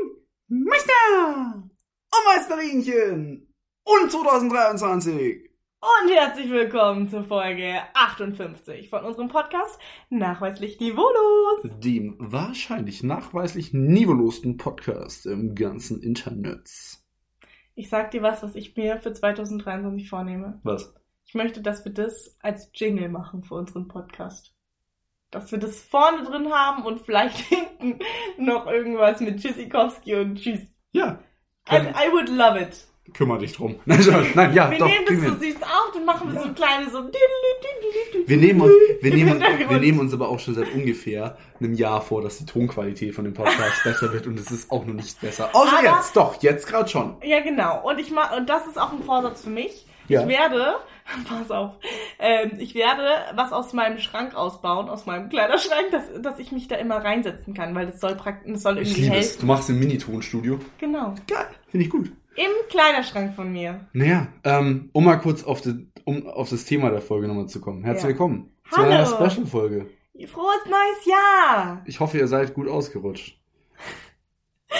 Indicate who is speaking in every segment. Speaker 1: Moin, Meister
Speaker 2: und Meisterinchen und 2023.
Speaker 1: und herzlich willkommen zur Folge 58 von unserem Podcast Nachweislich Niveaulos.
Speaker 2: Dem wahrscheinlich nachweislich niveaulosten Podcast im ganzen Internet.
Speaker 1: Ich sag dir was, was ich mir für 2023 vornehme.
Speaker 2: Was?
Speaker 1: Ich möchte, dass wir das als Jingle machen für unseren Podcast. Dass wir das vorne drin haben und vielleicht hinten noch irgendwas mit Tschüssikowski und Tschüss.
Speaker 2: Ja,
Speaker 1: I,
Speaker 2: Können-
Speaker 1: I would love it.
Speaker 2: kümmere dich drum. Nein, schon. nein ja,
Speaker 1: wir
Speaker 2: doch.
Speaker 1: nehmen
Speaker 2: kriegen
Speaker 1: das
Speaker 2: wir
Speaker 1: so
Speaker 2: hin.
Speaker 1: süß auf und machen wir so kleine so.
Speaker 2: wir nehmen uns, wir
Speaker 1: Im
Speaker 2: nehmen, wir
Speaker 1: Hintergrund.
Speaker 2: nehmen uns aber auch schon seit ungefähr einem Jahr vor, dass die Tonqualität von dem Podcast besser wird und es ist auch noch nicht besser. Außer
Speaker 1: Aber-
Speaker 2: jetzt, doch, jetzt gerade schon.
Speaker 1: Ja, genau. Und ich ma und das ist auch ein Vorsatz für mich.
Speaker 2: Ja.
Speaker 1: Ich werde, pass auf, ähm, ich werde was aus meinem Schrank ausbauen, aus meinem Kleiderschrank, dass, dass ich mich da immer reinsetzen kann, weil das soll praktisch, das soll
Speaker 2: Ich
Speaker 1: irgendwie
Speaker 2: liebe es.
Speaker 1: helfen.
Speaker 2: Du machst ein Mini-Tonstudio.
Speaker 1: Genau.
Speaker 2: Geil, finde ich gut.
Speaker 1: Im Kleiderschrank von mir.
Speaker 2: Naja, ähm, um mal kurz auf, de, um, auf das Thema der Folge nochmal zu kommen. Herzlich
Speaker 1: Ja.
Speaker 2: willkommen zu
Speaker 1: Hallo.
Speaker 2: einer Special-Folge.
Speaker 1: Frohes neues Jahr!
Speaker 2: Ich hoffe, ihr seid gut ausgerutscht.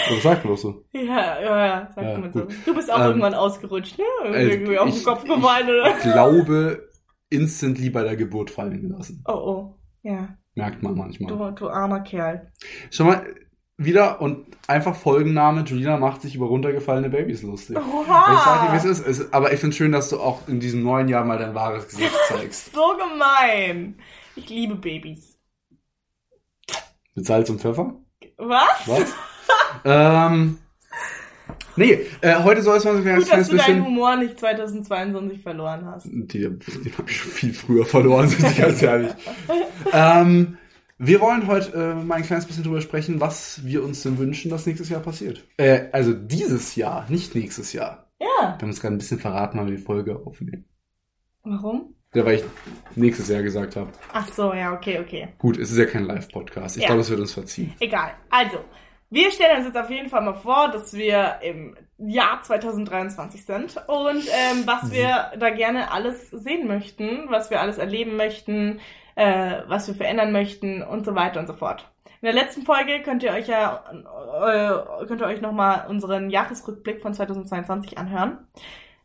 Speaker 2: Oder sagt bloß so.
Speaker 1: Ja, ja, ja, sag
Speaker 2: Ja,
Speaker 1: mal so.
Speaker 2: gut.
Speaker 1: Du bist auch
Speaker 2: Ähm,
Speaker 1: irgendwann ausgerutscht, ne?
Speaker 2: äh,
Speaker 1: Irgendwie auf den
Speaker 2: ich-
Speaker 1: Kopf
Speaker 2: ich-
Speaker 1: gefallen, oder?
Speaker 2: Glaube instantly bei der Geburt fallen gelassen.
Speaker 1: Oh, oh. Ja,
Speaker 2: Merkt man manchmal.
Speaker 1: du, du armer Kerl.
Speaker 2: Schon mal äh, wieder und einfach Folgenname, Julina macht sich über runtergefallene Babys lustig. Ich sag dir, wie
Speaker 1: Oha!
Speaker 2: es ist. Es, aber ich finde schön, dass du auch in diesem neuen Jahr mal dein wahres Gesicht zeigst.
Speaker 1: So gemein! Ich liebe Babys.
Speaker 2: Mit Salz und Pfeffer?
Speaker 1: Was?
Speaker 2: Was? ähm, nee, äh, heute soll es mal so ein
Speaker 1: Gut, dass
Speaker 2: kleines
Speaker 1: du deinen
Speaker 2: bisschen...
Speaker 1: Humor nicht 2022 verloren hast.
Speaker 2: Die, die habe ich schon viel früher verloren, sind ich ganz ehrlich. ähm, wir wollen heute äh, mal ein kleines bisschen drüber sprechen, was wir uns denn wünschen, dass nächstes Jahr passiert. Äh, also dieses Jahr, nicht nächstes Jahr.
Speaker 1: Ja.
Speaker 2: Wir haben uns gerade ein bisschen verraten, wann wir die Folge aufnehmen.
Speaker 1: Warum?
Speaker 2: Ja, weil ich nächstes Jahr gesagt habe.
Speaker 1: Ach so, ja, okay, okay.
Speaker 2: Gut, es ist ja kein Live-Podcast. Ich
Speaker 1: Ja.
Speaker 2: glaube, es wird uns verziehen.
Speaker 1: Egal. Also, wir stellen uns jetzt auf jeden Fall mal vor, dass wir im Jahr 2023 sind und ähm, was wir da gerne alles sehen möchten, was wir alles erleben möchten, äh, was wir verändern möchten und so weiter und so fort. In der letzten Folge könnt ihr euch ja äh, könnt ihr euch nochmal unseren Jahresrückblick von 2022 anhören.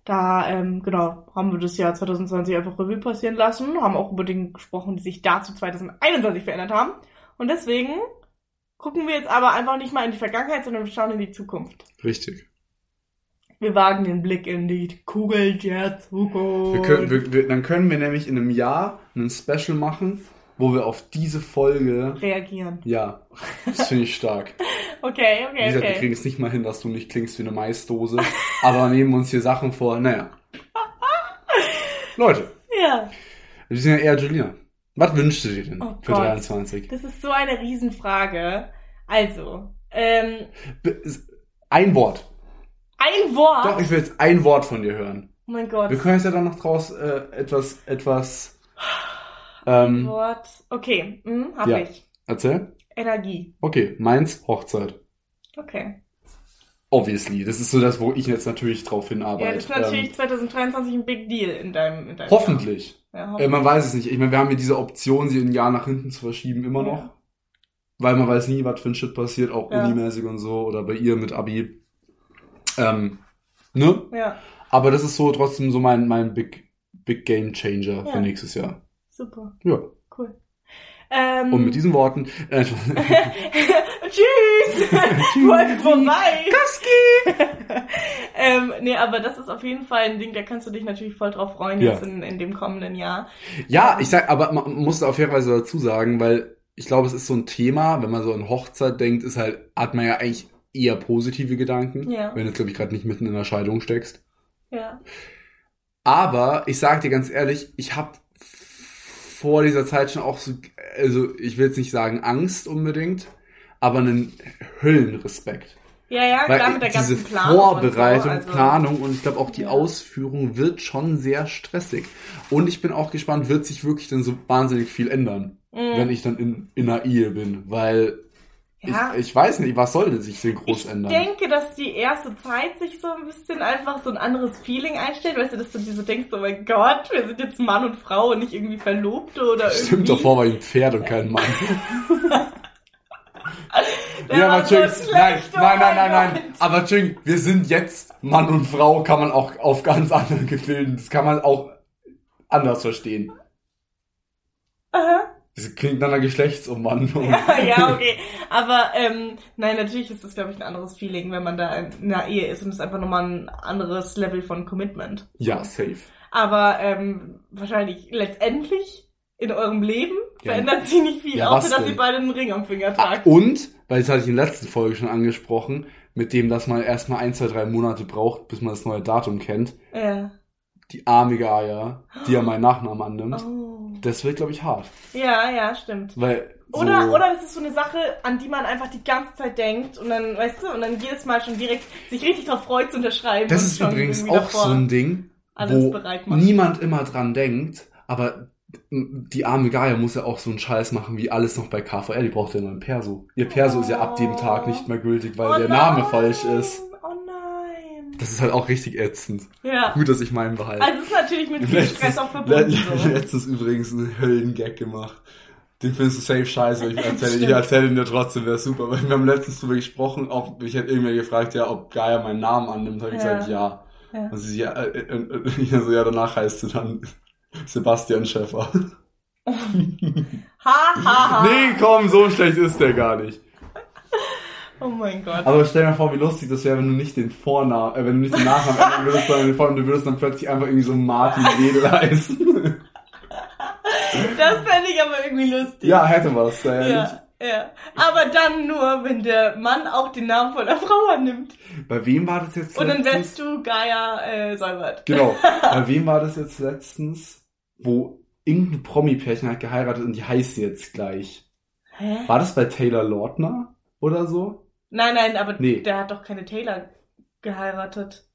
Speaker 1: Da, ähm, genau, haben wir das Jahr 2020 einfach Revue passieren lassen, haben auch über Dinge gesprochen, die sich dazu 2021 verändert haben. Und deswegen gucken wir jetzt aber einfach nicht mal in die Vergangenheit, sondern wir schauen in die Zukunft.
Speaker 2: Richtig.
Speaker 1: Wir wagen den Blick in die Kugel der Zukunft.
Speaker 2: Wir können, wir, wir, dann können wir nämlich in einem Jahr einen Special machen, wo wir auf diese Folge...
Speaker 1: reagieren.
Speaker 2: Ja, das finde ich stark.
Speaker 1: Okay,
Speaker 2: Wie
Speaker 1: okay,
Speaker 2: gesagt, wir
Speaker 1: okay.
Speaker 2: kriegen es nicht mal hin, dass du nicht klingst wie eine Maisdose, aber nehmen uns hier Sachen vor. Naja. Leute,
Speaker 1: Ja,
Speaker 2: wir sind ja eher Julina. Was wünschst du dir denn
Speaker 1: Oh
Speaker 2: für
Speaker 1: Gott.
Speaker 2: 23?
Speaker 1: das ist so eine Riesenfrage. Also, ähm,
Speaker 2: B- ist- Ein Wort.
Speaker 1: ein Wort.
Speaker 2: Doch, ich will jetzt ein Wort von dir hören.
Speaker 1: oh mein Gott.
Speaker 2: Wir können jetzt ja dann noch draus äh, etwas, etwas.
Speaker 1: Ein
Speaker 2: Ähm,
Speaker 1: Wort. Okay, hm, hab
Speaker 2: Ja.
Speaker 1: ich.
Speaker 2: erzähl?
Speaker 1: Energie.
Speaker 2: Okay, meins, Hochzeit.
Speaker 1: Okay.
Speaker 2: Obviously. Das ist so das, wo ich jetzt natürlich drauf
Speaker 1: ja,
Speaker 2: hinarbeite.
Speaker 1: das ist natürlich
Speaker 2: Ähm,
Speaker 1: 2023 ein Big Deal in deinem. In deinem
Speaker 2: hoffentlich.
Speaker 1: Ja, hoff
Speaker 2: Äh, man weiß es nicht. Ich meine, wir haben ja diese Option, sie ein Jahr nach hinten zu verschieben, immer noch.
Speaker 1: Ja.
Speaker 2: Weil man weiß nie, was für ein Shit passiert, auch
Speaker 1: Ja.
Speaker 2: unimäßig und so, oder bei ihr mit Abi. Ähm, ne?
Speaker 1: ja,
Speaker 2: Aber das ist so trotzdem so mein, mein Big, Big Game Changer
Speaker 1: Ja.
Speaker 2: für nächstes Jahr.
Speaker 1: super,
Speaker 2: Ja.
Speaker 1: cool. Ähm,
Speaker 2: Und mit diesen Worten. Äh,
Speaker 1: Tschüss! Folge vorbei! Kaski! ähm, nee, aber das ist auf jeden Fall ein Ding, da kannst du dich natürlich voll drauf freuen
Speaker 2: Ja.
Speaker 1: jetzt in, in dem kommenden Jahr.
Speaker 2: ja, ich sag, aber man muss auf jeden Fall so dazu sagen, weil ich glaube, es ist so ein Thema, wenn man so an Hochzeit denkt, ist halt, hat man ja eigentlich eher positive Gedanken.
Speaker 1: Ja.
Speaker 2: Wenn du jetzt, glaube ich, gerade nicht mitten in einer Scheidung steckst.
Speaker 1: Ja.
Speaker 2: Aber ich sag dir ganz ehrlich, ich habe vor dieser Zeit schon auch so, also ich will jetzt nicht sagen Angst unbedingt, aber einen Höllenrespekt.
Speaker 1: Ja, ja, klar, mit der
Speaker 2: diese
Speaker 1: ganzen Planung.
Speaker 2: Vorbereitung,
Speaker 1: und so, also,
Speaker 2: Planung und ich glaube auch die
Speaker 1: Ja.
Speaker 2: Ausführung wird schon sehr stressig. Und ich bin auch gespannt, wird sich wirklich dann so wahnsinnig viel ändern,
Speaker 1: Mhm.
Speaker 2: wenn ich dann in, in einer Ehe bin, weil
Speaker 1: ja.
Speaker 2: ich, ich weiß nicht, was soll denn sich denn groß
Speaker 1: Ich
Speaker 2: ändern?
Speaker 1: denke, dass die erste Zeit sich so ein bisschen einfach so ein anderes Feeling einstellt, weißt du, dass du dir so denkst, oh mein Gott, wir sind jetzt Mann und Frau und nicht irgendwie Verlobte oder irgendwie.
Speaker 2: Stimmt, davor war ich ein Pferd und kein Mann.
Speaker 1: Der
Speaker 2: ja,
Speaker 1: war
Speaker 2: aber
Speaker 1: so
Speaker 2: Ching,
Speaker 1: schlecht,
Speaker 2: nein,
Speaker 1: oh
Speaker 2: nein, nein, nein,
Speaker 1: mein
Speaker 2: nein.
Speaker 1: Gott.
Speaker 2: Aber Ching, wir sind jetzt Mann und Frau, kann man auch auf ganz anderen Gefilden. Das kann man auch anders verstehen.
Speaker 1: Aha.
Speaker 2: Das klingt nach einer Geschlechtsumwandlung.
Speaker 1: ja, okay. Aber ähm, nein, natürlich ist das, glaube ich, ein anderes Feeling, wenn man da in einer Ehe ist und es ist einfach nochmal ein anderes Level von Commitment.
Speaker 2: Ja, safe.
Speaker 1: Aber ähm, wahrscheinlich letztendlich in eurem Leben
Speaker 2: Ja.
Speaker 1: verändert sich nicht viel,
Speaker 2: Ja,
Speaker 1: außer
Speaker 2: was
Speaker 1: dass
Speaker 2: denn?
Speaker 1: ihr beide einen Ring am Finger
Speaker 2: Ah,
Speaker 1: tragt.
Speaker 2: Und, weil das hatte ich in der letzten Folge schon angesprochen, mit dem, dass man erstmal ein, zwei, drei Monate braucht, bis man das neue Datum kennt.
Speaker 1: Ja.
Speaker 2: Die armige Aya, die ja meinen Nachnamen annimmt.
Speaker 1: Oh.
Speaker 2: Das wird, glaube ich, hart.
Speaker 1: Ja, ja, stimmt.
Speaker 2: Weil. So,
Speaker 1: Oder, oder es ist so eine Sache, an die man einfach die ganze Zeit denkt und dann, weißt du, und dann jedes Mal schon direkt sich richtig drauf freut zu unterschreiben.
Speaker 2: Das
Speaker 1: und
Speaker 2: ist
Speaker 1: schon
Speaker 2: übrigens
Speaker 1: irgendwie
Speaker 2: auch
Speaker 1: davor
Speaker 2: so ein Ding,
Speaker 1: alles
Speaker 2: wo
Speaker 1: bereit macht.
Speaker 2: niemand immer dran denkt, aber die arme Gaia muss ja auch so einen Scheiß machen wie alles noch bei KVR. Die braucht ja nur ein Perso. Ihr Perso ist ja ab dem Tag nicht mehr gültig, weil
Speaker 1: Oh
Speaker 2: der Name
Speaker 1: nein,
Speaker 2: falsch ist.
Speaker 1: Oh nein.
Speaker 2: Das ist halt auch richtig ätzend.
Speaker 1: Ja.
Speaker 2: Gut, dass ich meinen behalte.
Speaker 1: Also es ist natürlich mit viel
Speaker 2: Letztes,
Speaker 1: Stress auch verbunden.
Speaker 2: le-
Speaker 1: so. ne?
Speaker 2: letztens übrigens einen Höllengag gemacht. Den findest du safe scheiße, weil ich erzähle, ich
Speaker 1: Stimmt.
Speaker 2: erzähle ihn dir trotzdem, wäre super. Weil wir haben letztens drüber gesprochen, ob mich hat irgendwer gefragt, ja, ob Gaia meinen Namen annimmt, habe ich
Speaker 1: Ja.
Speaker 2: gesagt, ja.
Speaker 1: Ja.
Speaker 2: Und sie, ja, äh, äh, äh, ich so, ja, danach heißt du dann Sebastian Schäffer.
Speaker 1: Ha, ha, ha.
Speaker 2: Nee, komm, so schlecht ist der gar nicht.
Speaker 1: Oh mein Gott.
Speaker 2: Aber stell dir mal vor, wie lustig das wäre, wenn du nicht den Vornamen, äh, wenn du nicht den Nachnamen ändern würdest, sondern den Vornamen, du würdest dann plötzlich einfach irgendwie so Martin Edel heißen.
Speaker 1: Das fände ich aber irgendwie lustig.
Speaker 2: ja, hätte was, ja, nicht.
Speaker 1: ja. ja. Aber dann nur, wenn der Mann auch den Namen von der Frau annimmt.
Speaker 2: Bei wem war das jetzt
Speaker 1: Und dann
Speaker 2: letztens?
Speaker 1: wärst du Gaia äh, Seibert.
Speaker 2: Genau. Bei wem war das jetzt letztens, wo irgendein Promi-Pärchen hat geheiratet und die heißen jetzt gleich?
Speaker 1: Hä?
Speaker 2: War das bei Taylor Lautner oder so?
Speaker 1: Nein, nein, aber
Speaker 2: Nee.
Speaker 1: der hat doch keine Taylor geheiratet.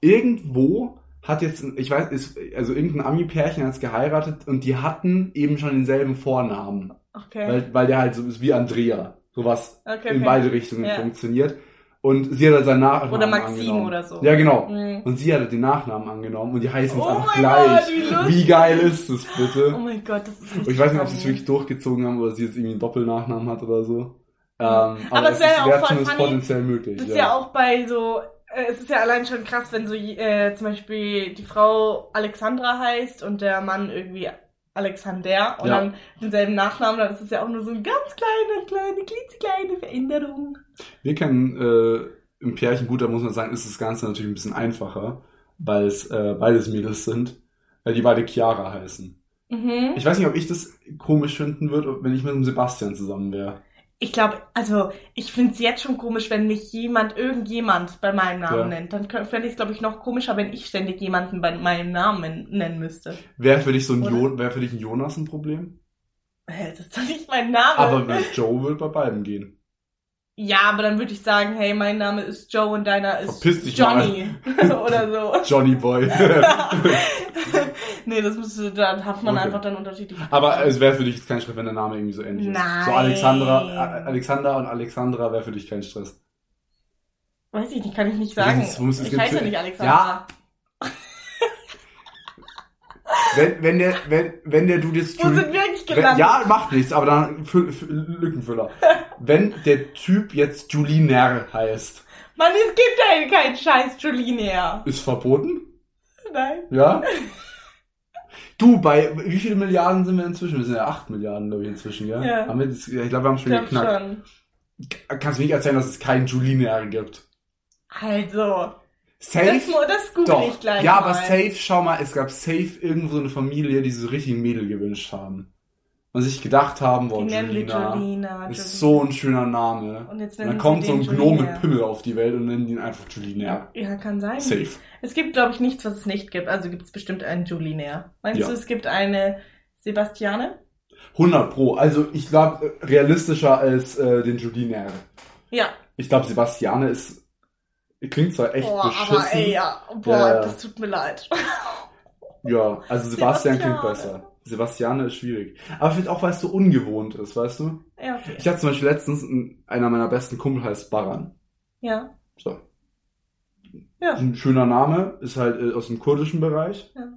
Speaker 2: Irgendwo hat jetzt, ich weiß, ist, also irgendein Ami-Pärchen hat geheiratet und die hatten eben schon denselben Vornamen,
Speaker 1: Okay.
Speaker 2: weil, weil der halt so ist wie Andrea. Sowas
Speaker 1: okay,
Speaker 2: in
Speaker 1: okay.
Speaker 2: beide Richtungen
Speaker 1: Ja.
Speaker 2: funktioniert. Und sie hat halt seinen Nachnamen
Speaker 1: Oder Maxim
Speaker 2: angenommen.
Speaker 1: oder so.
Speaker 2: Ja, genau.
Speaker 1: Mhm.
Speaker 2: Und sie hatte den Nachnamen angenommen und die heißen jetzt
Speaker 1: Oh
Speaker 2: einfach
Speaker 1: mein
Speaker 2: gleich.
Speaker 1: Gott, wie lustig.
Speaker 2: wie geil ist das bitte?
Speaker 1: Oh mein Gott, das ist
Speaker 2: Und
Speaker 1: richtig
Speaker 2: ich weiß nicht, ob sie es
Speaker 1: funny.
Speaker 2: wirklich durchgezogen haben oder sie jetzt irgendwie einen Doppelnachnamen hat oder so. Ähm, aber,
Speaker 1: Aber
Speaker 2: es
Speaker 1: es wäre ja auch
Speaker 2: wäre
Speaker 1: voll
Speaker 2: zumindest
Speaker 1: funny.
Speaker 2: potenziell möglich.
Speaker 1: Das ist ja auch bei so, äh, es ist ja allein schon krass, wenn so äh, zum Beispiel die Frau Alexandra heißt und der Mann irgendwie Alexander und
Speaker 2: Ja.
Speaker 1: dann denselben Nachnamen, dann ist es ja auch nur so eine ganz kleine, kleine, klitzekleine Veränderung.
Speaker 2: Wir kennen äh, im Pärchen, gut, da muss man sagen, ist das Ganze natürlich ein bisschen einfacher, weil es äh, beides Mädels sind, weil die beide Chiara heißen.
Speaker 1: Mhm.
Speaker 2: Ich weiß nicht, ob ich das komisch finden würde, wenn ich mit dem Sebastian zusammen wäre.
Speaker 1: Ich glaube, also ich finde es jetzt schon komisch, wenn mich jemand, irgendjemand bei meinem Namen
Speaker 2: Ja.
Speaker 1: nennt. Dann fände ich es, glaube ich, noch komischer, wenn ich ständig jemanden bei meinem Namen nennen müsste.
Speaker 2: Wäre für dich so ein
Speaker 1: Oder?
Speaker 2: jo wäre für dich ein Jonas ein Problem?
Speaker 1: Hä, Das ist doch nicht mein Name.
Speaker 2: Aber mit Joe würde bei beiden gehen.
Speaker 1: ja, aber dann würde ich sagen, hey, mein Name ist Joe und deiner ist
Speaker 2: Verpiss dich
Speaker 1: Johnny. Oder so.
Speaker 2: Johnny Boy.
Speaker 1: nee, das müsste, dann hat man
Speaker 2: Okay.
Speaker 1: einfach dann unterschiedliche.
Speaker 2: Aber äh, es wäre für dich jetzt kein Stress, wenn der Name irgendwie so ähnlich ist.
Speaker 1: Nein.
Speaker 2: So Alexandra, A- Alexander und Alexandra wäre für dich kein Stress.
Speaker 1: Weiß ich nicht, kann ich nicht sagen.
Speaker 2: Das muss- es
Speaker 1: ich
Speaker 2: gibt-
Speaker 1: heiße ja nicht Alexandra.
Speaker 2: Wenn, wenn der, wenn, wenn der du das
Speaker 1: Wo sind wir eigentlich
Speaker 2: wenn,
Speaker 1: gelandet?
Speaker 2: ja, macht nichts, aber dann Fü- Fü- Lückenfüller. Wenn der Typ jetzt Juliner heißt,
Speaker 1: Mann, es gibt ja keinen scheiß Jolene her.
Speaker 2: ist verboten?
Speaker 1: Nein.
Speaker 2: Ja? Du, bei wie viele Milliarden sind wir inzwischen? Wir sind ja 8 Milliarden, glaube ich, inzwischen, ja?
Speaker 1: Ja.
Speaker 2: Haben wir das, ich glaube, wir haben
Speaker 1: Ich
Speaker 2: schon
Speaker 1: glaub
Speaker 2: geknackt.
Speaker 1: schon.
Speaker 2: Kannst du mir nicht erzählen, dass es keinen Juliner gibt?
Speaker 1: Also,
Speaker 2: Safe?
Speaker 1: das, mu- das google
Speaker 2: Doch.
Speaker 1: ich gleich
Speaker 2: ja,
Speaker 1: mal.
Speaker 2: aber safe, schau mal, es gab safe irgendwo so eine Familie, die so richtig ein Mädel gewünscht haben. Und sich gedacht haben,
Speaker 1: Die
Speaker 2: wow,
Speaker 1: nennen wir
Speaker 2: Julina
Speaker 1: Jolina.
Speaker 2: ist so ein schöner Name.
Speaker 1: Und jetzt
Speaker 2: Und dann
Speaker 1: nennen
Speaker 2: kommt
Speaker 1: sie
Speaker 2: so ein
Speaker 1: den
Speaker 2: Gnom
Speaker 1: Jolina.
Speaker 2: mit Pimmel auf die Welt und nennen ihn einfach Julina.
Speaker 1: Ja, kann sein.
Speaker 2: Safe.
Speaker 1: Es gibt, glaube ich, nichts, was es nicht gibt. Also gibt es bestimmt einen Jolinair. Meinst
Speaker 2: Ja.
Speaker 1: du, es gibt eine Sebastiane?
Speaker 2: 100 pro. Also ich glaube, realistischer als äh, den Julina.
Speaker 1: Ja.
Speaker 2: Ich glaube, Sebastiane ist... Klingt zwar echt
Speaker 1: boah,
Speaker 2: beschissen.
Speaker 1: aber ey, ja. Boah,
Speaker 2: Ja, ja.
Speaker 1: das tut mir leid.
Speaker 2: Ja, also Sebastian klingt
Speaker 1: Sebastiane.
Speaker 2: besser. Sebastiane ist schwierig. Aber vielleicht auch, weil es so ungewohnt ist, weißt du?
Speaker 1: ja, okay.
Speaker 2: Ich hatte zum Beispiel letztens einen- einer meiner besten Kumpel heißt Baran.
Speaker 1: Ja.
Speaker 2: So.
Speaker 1: Ja.
Speaker 2: Ist Ein schöner Name, ist halt äh, aus dem kurdischen Bereich.
Speaker 1: Ja.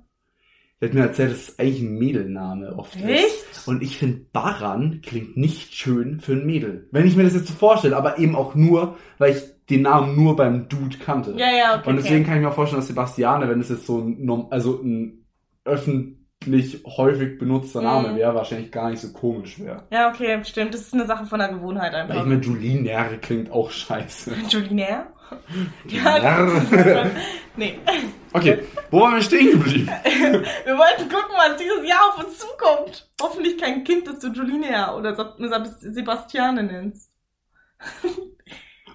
Speaker 2: Der hat mir erzählt, dass es eigentlich ein Mädelname oft ist.
Speaker 1: Echt?
Speaker 2: Und ich finde, Baran klingt nicht schön für ein Mädel. Wenn ich mir das jetzt so vorstelle, aber eben auch nur, weil ich den Namen nur beim Dude kannte.
Speaker 1: Ja, ja, okay.
Speaker 2: Und deswegen
Speaker 1: okay.
Speaker 2: kann ich mir auch vorstellen, dass Sebastiane, wenn es jetzt so ein, norm- also ein öffentlich häufig benutzter
Speaker 1: Mhm.
Speaker 2: Name wäre, wahrscheinlich gar nicht so komisch wäre.
Speaker 1: Ja, okay, stimmt. Das ist eine Sache von der Gewohnheit
Speaker 2: Weil ich
Speaker 1: einfach.
Speaker 2: meine, Julinaire klingt auch scheiße.
Speaker 1: Julinaire?
Speaker 2: Julinaire.
Speaker 1: nee.
Speaker 2: okay, wo waren wir stehen geblieben?
Speaker 1: Wir wollten gucken, was dieses Jahr auf uns zukommt. Hoffentlich kein Kind, das du Julinaire oder Sab- Sab- Sebastiane nennst.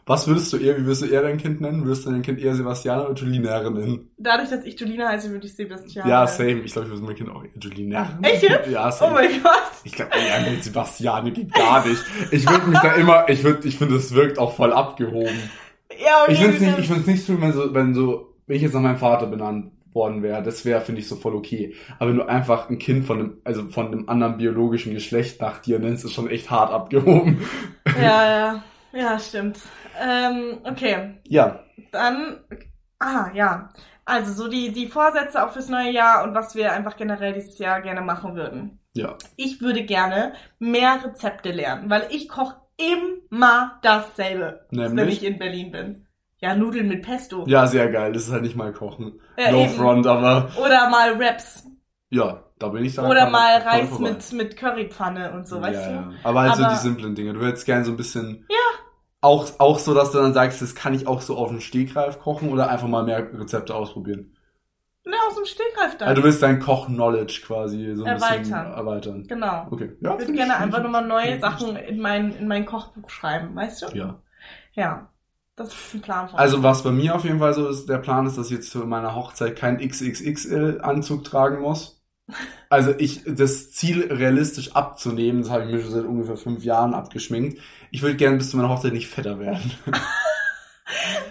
Speaker 2: Was würdest du eher, wie würdest du eher dein Kind nennen? Würdest du dein Kind eher Sebastiane oder Julinaire nennen?
Speaker 1: Dadurch, dass ich Julina heiße, würde ich Sebastiane.
Speaker 2: Ja, same. Ich glaube, ich würde mein Kind auch eher Julinaire nennen.
Speaker 1: Echt jetzt?
Speaker 2: Ja,
Speaker 1: Oh
Speaker 2: same.
Speaker 1: mein Gott.
Speaker 2: Ich glaube, ja, mit Sebastiane geht gar nicht. Ich würde mich da immer, ich würde, ich finde, das wirkt auch voll abgehoben.
Speaker 1: Ja, okay.
Speaker 2: Ich find's nicht,
Speaker 1: gut.
Speaker 2: ich find's nicht schlimm, wenn so, wenn so, wenn ich jetzt nach meinem Vater benannt worden wäre, das wäre, finde ich, so voll okay. Aber wenn du einfach ein Kind von einem, also von einem anderen biologischen Geschlecht nach dir nennst, ist schon echt hart abgehoben.
Speaker 1: Ja, ja. Ja, stimmt. Ähm, okay.
Speaker 2: Ja,
Speaker 1: Dann, ah ja, also so die, die Vorsätze auch fürs neue Jahr und was wir einfach generell dieses Jahr gerne machen würden.
Speaker 2: Ja.
Speaker 1: Ich würde gerne mehr Rezepte lernen, weil ich koche immer dasselbe, wenn
Speaker 2: nämlich.
Speaker 1: ich in Berlin bin. Ja, Nudeln mit Pesto.
Speaker 2: Ja, sehr geil. Das ist halt nicht mal kochen.
Speaker 1: Äh,
Speaker 2: no
Speaker 1: eben.
Speaker 2: front, aber
Speaker 1: Oder mal Wraps.
Speaker 2: ja, da bin ich da.
Speaker 1: Oder
Speaker 2: voll-
Speaker 1: mal
Speaker 2: voll
Speaker 1: Reis
Speaker 2: vorbei.
Speaker 1: mit, mit Currypfanne und so,
Speaker 2: ja,
Speaker 1: weißt du?
Speaker 2: ja. Aber halt so
Speaker 1: Aber-
Speaker 2: die simplen Dinge. Du hättest gern so ein bisschen. Ja. Auch, auch so, dass du dann sagst, das kann ich auch so auf dem Stegreif kochen oder einfach mal mehr Rezepte ausprobieren.
Speaker 1: Ne, aus dem Stegreif dann.
Speaker 2: Also du willst dein Koch-Knowledge quasi so ein bisschen
Speaker 1: Erweitern.
Speaker 2: erweitern.
Speaker 1: genau.
Speaker 2: Okay. Ja,
Speaker 1: Ich würde
Speaker 2: find
Speaker 1: gerne
Speaker 2: find
Speaker 1: einfach nochmal neue
Speaker 2: find ich-
Speaker 1: Sachen in mein, in mein Kochbuch schreiben, weißt du?
Speaker 2: Ja.
Speaker 1: Ja. Das ist ein Plan von mir.
Speaker 2: Also was bei mir auf jeden Fall so ist, der Plan ist, dass ich jetzt für meine Hochzeit keinen XXXL-Anzug tragen muss. Also ich, das Ziel realistisch abzunehmen, das habe ich mir schon seit ungefähr fünf Jahren abgeschminkt. Ich würde gerne bis zu meiner Hochzeit nicht fetter werden.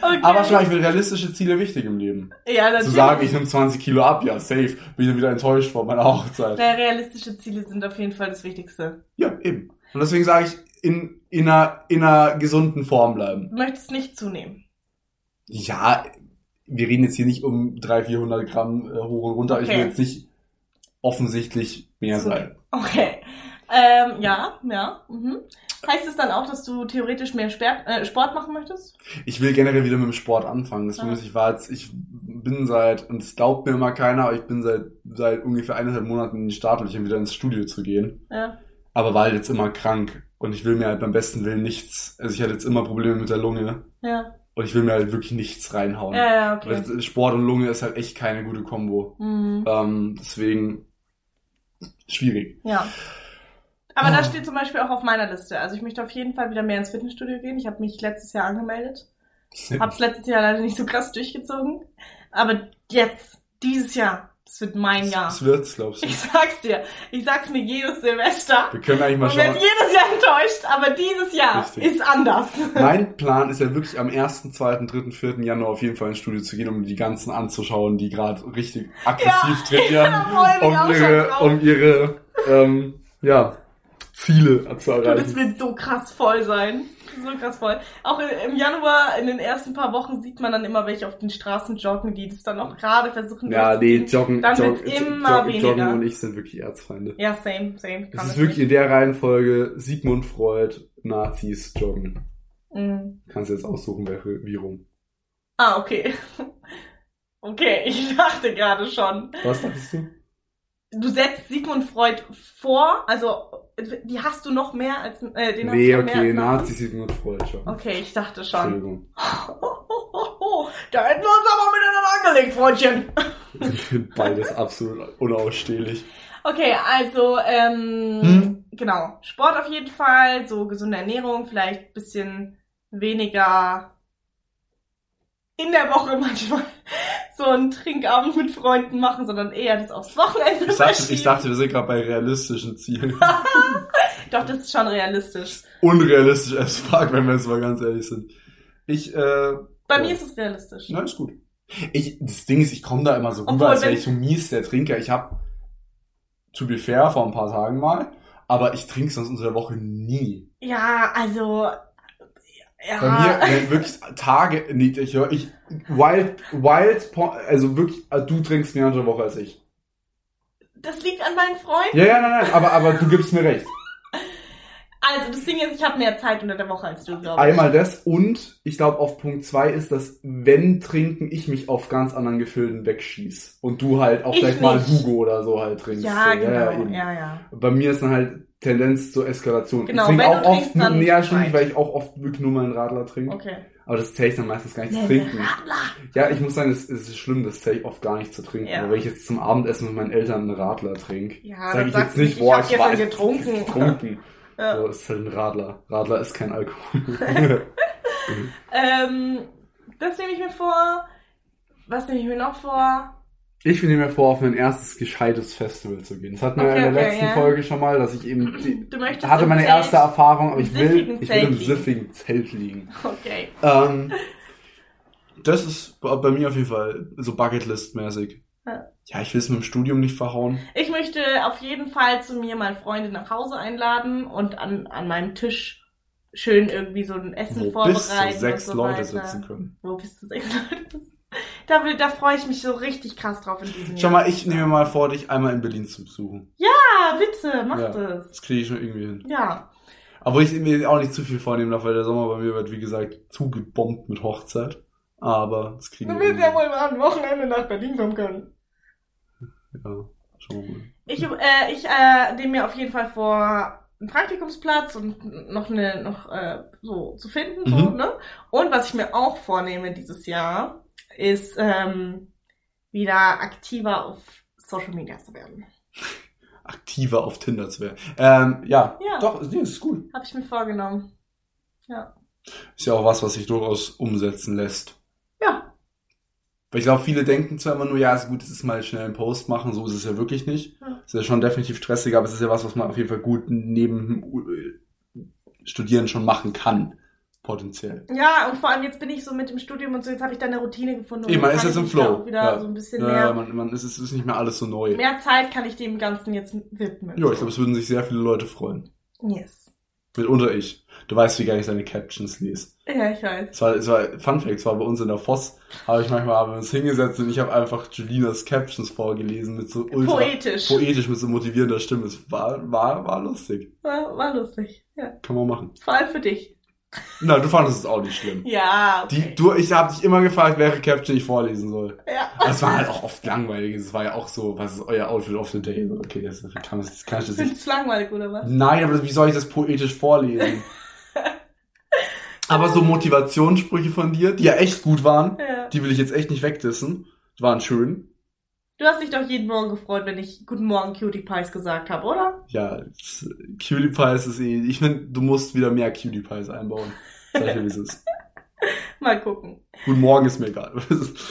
Speaker 1: Okay.
Speaker 2: Aber schau, mal, ich will realistische Ziele wichtig im Leben.
Speaker 1: ja,
Speaker 2: Zu
Speaker 1: natürlich.
Speaker 2: sagen, ich nehme 20 Kilo ab, ja, safe, bin ich dann wieder enttäuscht vor meiner Hochzeit.
Speaker 1: Na, realistische Ziele sind auf jeden Fall das Wichtigste.
Speaker 2: Ja, eben. Und deswegen sage ich, in, in, einer, in einer gesunden Form bleiben.
Speaker 1: Du möchtest nicht zunehmen.
Speaker 2: Ja, wir reden jetzt hier nicht um 300, 400 Gramm äh, hoch und runter. Ich will
Speaker 1: Okay.
Speaker 2: jetzt nicht offensichtlich mehr sein.
Speaker 1: Okay. Ähm, ja, ja. Mhm. Heißt es dann auch, dass du theoretisch mehr Sper äh, Sport machen möchtest?
Speaker 2: Ich will generell wieder mit dem Sport anfangen. Das
Speaker 1: Ah.
Speaker 2: muss ich war jetzt, ich bin seit, und es glaubt mir immer keiner, aber ich bin seit, seit ungefähr eineinhalb Monaten in den Startlöchern wieder ins Studio zu gehen.
Speaker 1: Ja.
Speaker 2: Aber war halt jetzt immer krank. Und ich will mir halt beim besten Willen nichts, also ich hatte jetzt immer Probleme mit der Lunge.
Speaker 1: Ja.
Speaker 2: Und ich will mir halt wirklich nichts reinhauen.
Speaker 1: Ja, ja, okay.
Speaker 2: Weil Sport und Lunge ist halt echt keine gute Kombo.
Speaker 1: Mhm.
Speaker 2: Ähm, deswegen schwierig.
Speaker 1: Ja. Aber
Speaker 2: Ah.
Speaker 1: das steht zum Beispiel auch auf meiner Liste. Also ich möchte auf jeden Fall wieder mehr ins Fitnessstudio gehen. Ich habe mich letztes Jahr angemeldet. Hab's letztes Jahr leider nicht so krass durchgezogen. Aber jetzt, dieses Jahr, das wird mein
Speaker 2: Das-
Speaker 1: Jahr.
Speaker 2: Das wird's, glaubst du.
Speaker 1: Ich sag's dir. Ich sag's mir jedes Semester.
Speaker 2: Wir können eigentlich mal
Speaker 1: Und werde
Speaker 2: schauen.
Speaker 1: jedes Jahr enttäuscht, aber dieses Jahr
Speaker 2: Richtig.
Speaker 1: ist anders.
Speaker 2: Mein Plan ist ja wirklich am 1., 2., 3., 4. Januar auf jeden Fall ins Studio zu gehen, um die ganzen anzuschauen, die gerade richtig aggressiv trainieren,
Speaker 1: Da freue ich mich auch
Speaker 2: um
Speaker 1: schon
Speaker 2: ihre,
Speaker 1: drauf.
Speaker 2: um ihre ähm, ja, Ziele zu
Speaker 1: Du, das
Speaker 2: erreichen.
Speaker 1: wird so krass voll sein. So krass voll. Auch i- im Januar, in den ersten paar Wochen, sieht man dann immer welche auf den Straßen joggen, die das dann auch gerade versuchen
Speaker 2: Ja, nee,
Speaker 1: durchzuziehen.
Speaker 2: Joggen,
Speaker 1: Dann
Speaker 2: Joggen,
Speaker 1: wird's immer
Speaker 2: Joggen,
Speaker 1: weniger.
Speaker 2: Joggen und ich sind wirklich Erzfeinde.
Speaker 1: Ja, same, same.
Speaker 2: Es
Speaker 1: Kann
Speaker 2: ist
Speaker 1: das
Speaker 2: wirklich
Speaker 1: nicht.
Speaker 2: in der Reihenfolge Sigmund Freud, Nazis, Joggen.
Speaker 1: Mhm.
Speaker 2: Kannst du jetzt aussuchen, welche, wie rum.
Speaker 1: Ah, okay. Okay, ich dachte gerade schon.
Speaker 2: Was dachtest du?
Speaker 1: Du setzt Sigmund Freud vor, also die hast du noch mehr als äh, den
Speaker 2: nee,
Speaker 1: hast du noch
Speaker 2: okay,
Speaker 1: mehr als
Speaker 2: Nazis, Sigmund Freud, Joggen.
Speaker 1: Okay, ich dachte schon.
Speaker 2: Entschuldigung.
Speaker 1: Da hätten wir uns aber miteinander angelegt, Freundchen.
Speaker 2: Ich finde beides absolut unausstehlich.
Speaker 1: Okay, also, ähm,
Speaker 2: Hm?
Speaker 1: genau. Sport auf jeden Fall, so gesunde Ernährung, vielleicht ein bisschen weniger in der Woche manchmal so einen Trinkabend mit Freunden machen, sondern eher das aufs Wochenende
Speaker 2: Ich dachte,
Speaker 1: verschieben.
Speaker 2: ich dachte wir sind gerade bei realistischen Zielen.
Speaker 1: Doch, das ist schon realistisch.
Speaker 2: Unrealistisch as fuck, wenn wir jetzt mal ganz ehrlich sind. Ich, äh,
Speaker 1: Bei
Speaker 2: Ja.
Speaker 1: mir ist es realistisch.
Speaker 2: na, ist gut. Ich, das Ding ist, ich komme da immer so rüber,
Speaker 1: Obwohl,
Speaker 2: als wäre
Speaker 1: wenn-
Speaker 2: ich so mies der Trinker. Ich habe, to be fair, vor ein paar Tagen mal, aber ich trinke sonst unter der Woche nie.
Speaker 1: Ja, also, ja.
Speaker 2: Bei mir äh, wirklich Tage, nee, ich höre, ich, wild, wild, po- also wirklich, äh, du trinkst mehr unter der Woche als ich.
Speaker 1: das liegt an meinen Freunden.
Speaker 2: Ja, ja, nein, nein, aber, aber du gibst mir recht.
Speaker 1: Also das Ding ist, ich habe mehr Zeit unter der Woche als du, glaube ich.
Speaker 2: Einmal das und ich glaube auf Punkt zwei ist, dass wenn trinken, ich mich auf ganz anderen Gefilden wegschieß und du halt auch
Speaker 1: Ich
Speaker 2: vielleicht mal
Speaker 1: nicht.
Speaker 2: Hugo oder so halt trinkst.
Speaker 1: Ja,
Speaker 2: So,
Speaker 1: genau.
Speaker 2: eben.
Speaker 1: ja, ja.
Speaker 2: Bei mir ist dann halt Tendenz zur Eskalation.
Speaker 1: Genau,
Speaker 2: ich trinke
Speaker 1: wenn du
Speaker 2: auch oft,
Speaker 1: trinkst, dann
Speaker 2: ja, stimmt,
Speaker 1: Sprite.
Speaker 2: weil ich auch oft wirklich nur meinen Radler trinke.
Speaker 1: Okay.
Speaker 2: Aber das zähle ich dann meistens gar nicht zu
Speaker 1: Nee,
Speaker 2: trinken.
Speaker 1: Radler.
Speaker 2: Ja, ich muss sagen, es, es ist schlimm, das zähle ich oft gar nicht zu trinken.
Speaker 1: Ja.
Speaker 2: Aber wenn ich jetzt zum Abendessen mit meinen Eltern einen Radler trinke,
Speaker 1: Ja,
Speaker 2: sage
Speaker 1: dann
Speaker 2: ich
Speaker 1: sagst
Speaker 2: jetzt
Speaker 1: du
Speaker 2: nicht,
Speaker 1: nicht, ich
Speaker 2: boah,
Speaker 1: hab
Speaker 2: ich,
Speaker 1: gestern
Speaker 2: war jetzt
Speaker 1: getrunken.
Speaker 2: getrunken.
Speaker 1: Ja.
Speaker 2: So, es ist halt ein Radler. Radler ist kein Alkohol.
Speaker 1: Ähm, das nehme ich mir vor. Was nehme ich mir noch vor?
Speaker 2: Ich nehme mir vor, auf mein erstes gescheites Festival zu gehen. Das hatten wir
Speaker 1: Okay,
Speaker 2: in der
Speaker 1: okay,
Speaker 2: letzten
Speaker 1: ja.
Speaker 2: Folge schon mal, dass ich eben die,
Speaker 1: Du möchtest
Speaker 2: hatte
Speaker 1: im
Speaker 2: meine
Speaker 1: Zelt-
Speaker 2: erste Erfahrung, aber
Speaker 1: im
Speaker 2: ich will,
Speaker 1: siffigen
Speaker 2: ich will im
Speaker 1: Zelt liegen.
Speaker 2: siffigen Zelt liegen.
Speaker 1: Okay.
Speaker 2: Ähm, das ist bei bei mir auf jeden Fall so Bucketlist-mäßig.
Speaker 1: Ja.
Speaker 2: Ja, ich will es mit dem Studium nicht verhauen.
Speaker 1: Ich möchte auf jeden Fall zu mir mal Freunde nach Hause einladen und an, an meinem Tisch schön irgendwie so ein Essen
Speaker 2: Wo bis
Speaker 1: Also vorbereiten.
Speaker 2: zu sechs
Speaker 1: und so
Speaker 2: Leute
Speaker 1: weiter.
Speaker 2: sitzen können.
Speaker 1: Wo bist du sechs Leute? Da, will, da freue ich mich so richtig krass drauf in diesem
Speaker 2: Schau
Speaker 1: Jahr.
Speaker 2: mal, ich nehme mir mal vor, dich einmal in Berlin zu besuchen.
Speaker 1: Ja, bitte, mach
Speaker 2: Ja.
Speaker 1: das.
Speaker 2: Das kriege ich schon irgendwie hin.
Speaker 1: Ja.
Speaker 2: Aber ich mir auch nicht zu viel vornehmen darf, weil der Sommer bei mir wird, wie gesagt, zugebombt mit Hochzeit. Aber das kriegen
Speaker 1: Du
Speaker 2: wir hin.
Speaker 1: willst ja wohl mal am Wochenende nach Berlin kommen können.
Speaker 2: Ja, schauen wir mal.
Speaker 1: Ich, äh, ich äh, nehme mir auf jeden Fall vor, einen Praktikumsplatz und noch eine, noch äh, so zu finden, so,
Speaker 2: Mhm.
Speaker 1: ne? Und was ich mir auch vornehme dieses Jahr, ist ähm, wieder aktiver auf Social Media zu werden.
Speaker 2: Aktiver auf Tinder zu werden. Ähm, ja,
Speaker 1: Ja.
Speaker 2: doch, nee, ist cool.
Speaker 1: Habe ich mir vorgenommen.
Speaker 2: Ist ja auch was, was sich durchaus umsetzen lässt.
Speaker 1: Ja.
Speaker 2: Weil ich glaube, viele denken zwar immer nur, ja, ist gut, es ist mal schnell einen Post machen, so ist es ja wirklich nicht.
Speaker 1: Ja.
Speaker 2: Ist ja schon definitiv stressiger, aber es ist ja was, was man auf jeden Fall gut neben dem äh, Studieren schon machen kann. Potenziell.
Speaker 1: Ja, und vor allem jetzt bin ich so mit dem Studium und so, jetzt habe ich da eine Routine gefunden. und
Speaker 2: Eben, man ist
Speaker 1: kann
Speaker 2: jetzt
Speaker 1: ich
Speaker 2: im
Speaker 1: mich
Speaker 2: Flow.
Speaker 1: da auch Wieder
Speaker 2: Ja.
Speaker 1: so ein bisschen
Speaker 2: Ja, ja,
Speaker 1: mehr,
Speaker 2: man, man, es ist, es ist nicht mehr alles so neu. Ja,
Speaker 1: mehr Zeit kann ich dem Ganzen jetzt widmen.
Speaker 2: ich glaube, es würden sich sehr viele Leute freuen.
Speaker 1: Yes.
Speaker 2: Mitunter ich. Du weißt, wie gerne ich seine Captions lese.
Speaker 1: Ja, ich weiß.
Speaker 2: Es war, es war Fun Fact, es war bei uns in der Voss, habe ich manchmal haben wir uns hingesetzt und ich habe einfach Julinas Captions vorgelesen mit so ultra
Speaker 1: Poetisch.
Speaker 2: poetisch mit so motivierender Stimme. Es war, war, war lustig.
Speaker 1: War, war lustig. Ja.
Speaker 2: Kann man machen.
Speaker 1: Vor allem für dich.
Speaker 2: Na, du fandest es auch nicht schlimm.
Speaker 1: Ja.
Speaker 2: Die, du, ich habe dich immer gefragt, welche Caption ich vorlesen soll.
Speaker 1: Ja.
Speaker 2: Aber es war halt auch oft langweilig. Es war ja auch so, was ist euer Outfit of the Day? So, Okay, das kann, das kann ich das nicht.
Speaker 1: Findest du langweilig, oder was?
Speaker 2: Nein, aber wie soll ich das poetisch vorlesen? Aber so Motivationssprüche von dir, die ja echt gut waren,
Speaker 1: Ja.
Speaker 2: Die will ich jetzt echt nicht wegdissen. Die waren schön.
Speaker 1: Du hast dich doch jeden Morgen gefreut, wenn ich Guten Morgen Cutie Pies gesagt habe, oder?
Speaker 2: Ja, das- Cutie Pies ist eh. Ich finde, du musst wieder mehr Cutie Pies einbauen. Sag ich dir, wie es ist.
Speaker 1: Mal gucken.
Speaker 2: Guten Morgen ist mir egal.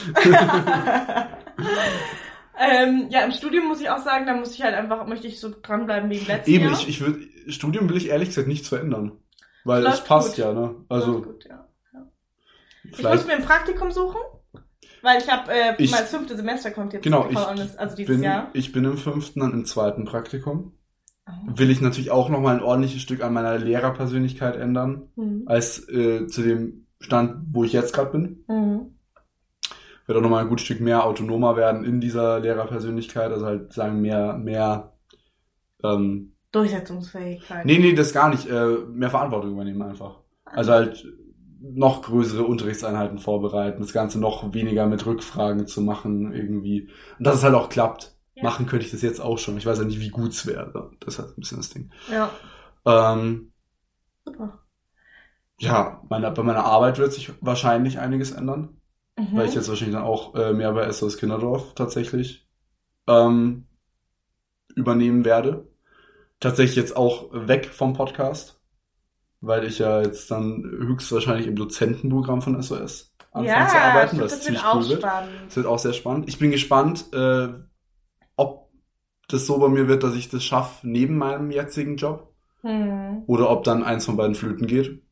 Speaker 1: ähm, ja, im Studium muss ich auch sagen, da muss ich halt einfach, möchte ich so dranbleiben wie im letzten
Speaker 2: Eben,
Speaker 1: Jahr.
Speaker 2: ich, ich würde. Studium will ich ehrlich gesagt nichts verändern. Weil es
Speaker 1: Läuft
Speaker 2: passt
Speaker 1: gut.
Speaker 2: ja, ne?
Speaker 1: Ach,
Speaker 2: Also,
Speaker 1: gut, ja. Ich muss
Speaker 2: vielleicht.
Speaker 1: mir ein Praktikum suchen, weil ich habe, äh,
Speaker 2: Ich-
Speaker 1: mein fünftes Semester kommt jetzt.
Speaker 2: Genau,
Speaker 1: voll
Speaker 2: ich
Speaker 1: honest, also dieses
Speaker 2: bin,
Speaker 1: Jahr.
Speaker 2: ich bin im fünften, dann im zweiten Praktikum.
Speaker 1: Oh.
Speaker 2: Will ich natürlich auch nochmal ein ordentliches Stück an meiner Lehrerpersönlichkeit ändern,
Speaker 1: Mhm.
Speaker 2: als äh, zu dem Stand, wo ich jetzt gerade bin.
Speaker 1: Mhm.
Speaker 2: wird auch nochmal ein gutes Stück mehr autonomer werden in dieser Lehrerpersönlichkeit, also halt sagen mehr, mehr, ähm,
Speaker 1: Durchsetzungsfähigkeit.
Speaker 2: nee, nee, das gar nicht, äh, mehr Verantwortung übernehmen einfach. Also halt noch größere Unterrichtseinheiten vorbereiten, das Ganze noch weniger mit Rückfragen zu machen irgendwie. Und dass es halt auch klappt.
Speaker 1: Ja.
Speaker 2: Machen könnte ich das jetzt auch schon. Ich weiß ja nicht, wie gut es wäre. Das ist halt ein bisschen das Ding.
Speaker 1: Ja,
Speaker 2: Ähm,
Speaker 1: super.
Speaker 2: ja, meine, bei meiner Arbeit wird sich wahrscheinlich einiges ändern.
Speaker 1: Mhm.
Speaker 2: weil ich jetzt wahrscheinlich dann auch äh, mehr bei SOS Kinderdorf tatsächlich ähm, übernehmen werde. Tatsächlich jetzt auch weg vom Podcast, weil ich ja jetzt dann höchstwahrscheinlich im Dozentenprogramm von SOS anfange
Speaker 1: ja,
Speaker 2: zu arbeiten,
Speaker 1: stimmt,
Speaker 2: was
Speaker 1: das
Speaker 2: ziemlich
Speaker 1: wird auch
Speaker 2: cool wird.
Speaker 1: spannend.
Speaker 2: Das wird auch sehr spannend. Ich bin gespannt, äh, ob das so bei mir wird, dass ich das schaffe neben meinem jetzigen Job
Speaker 1: Mhm.
Speaker 2: oder ob dann eins von beiden flöten geht,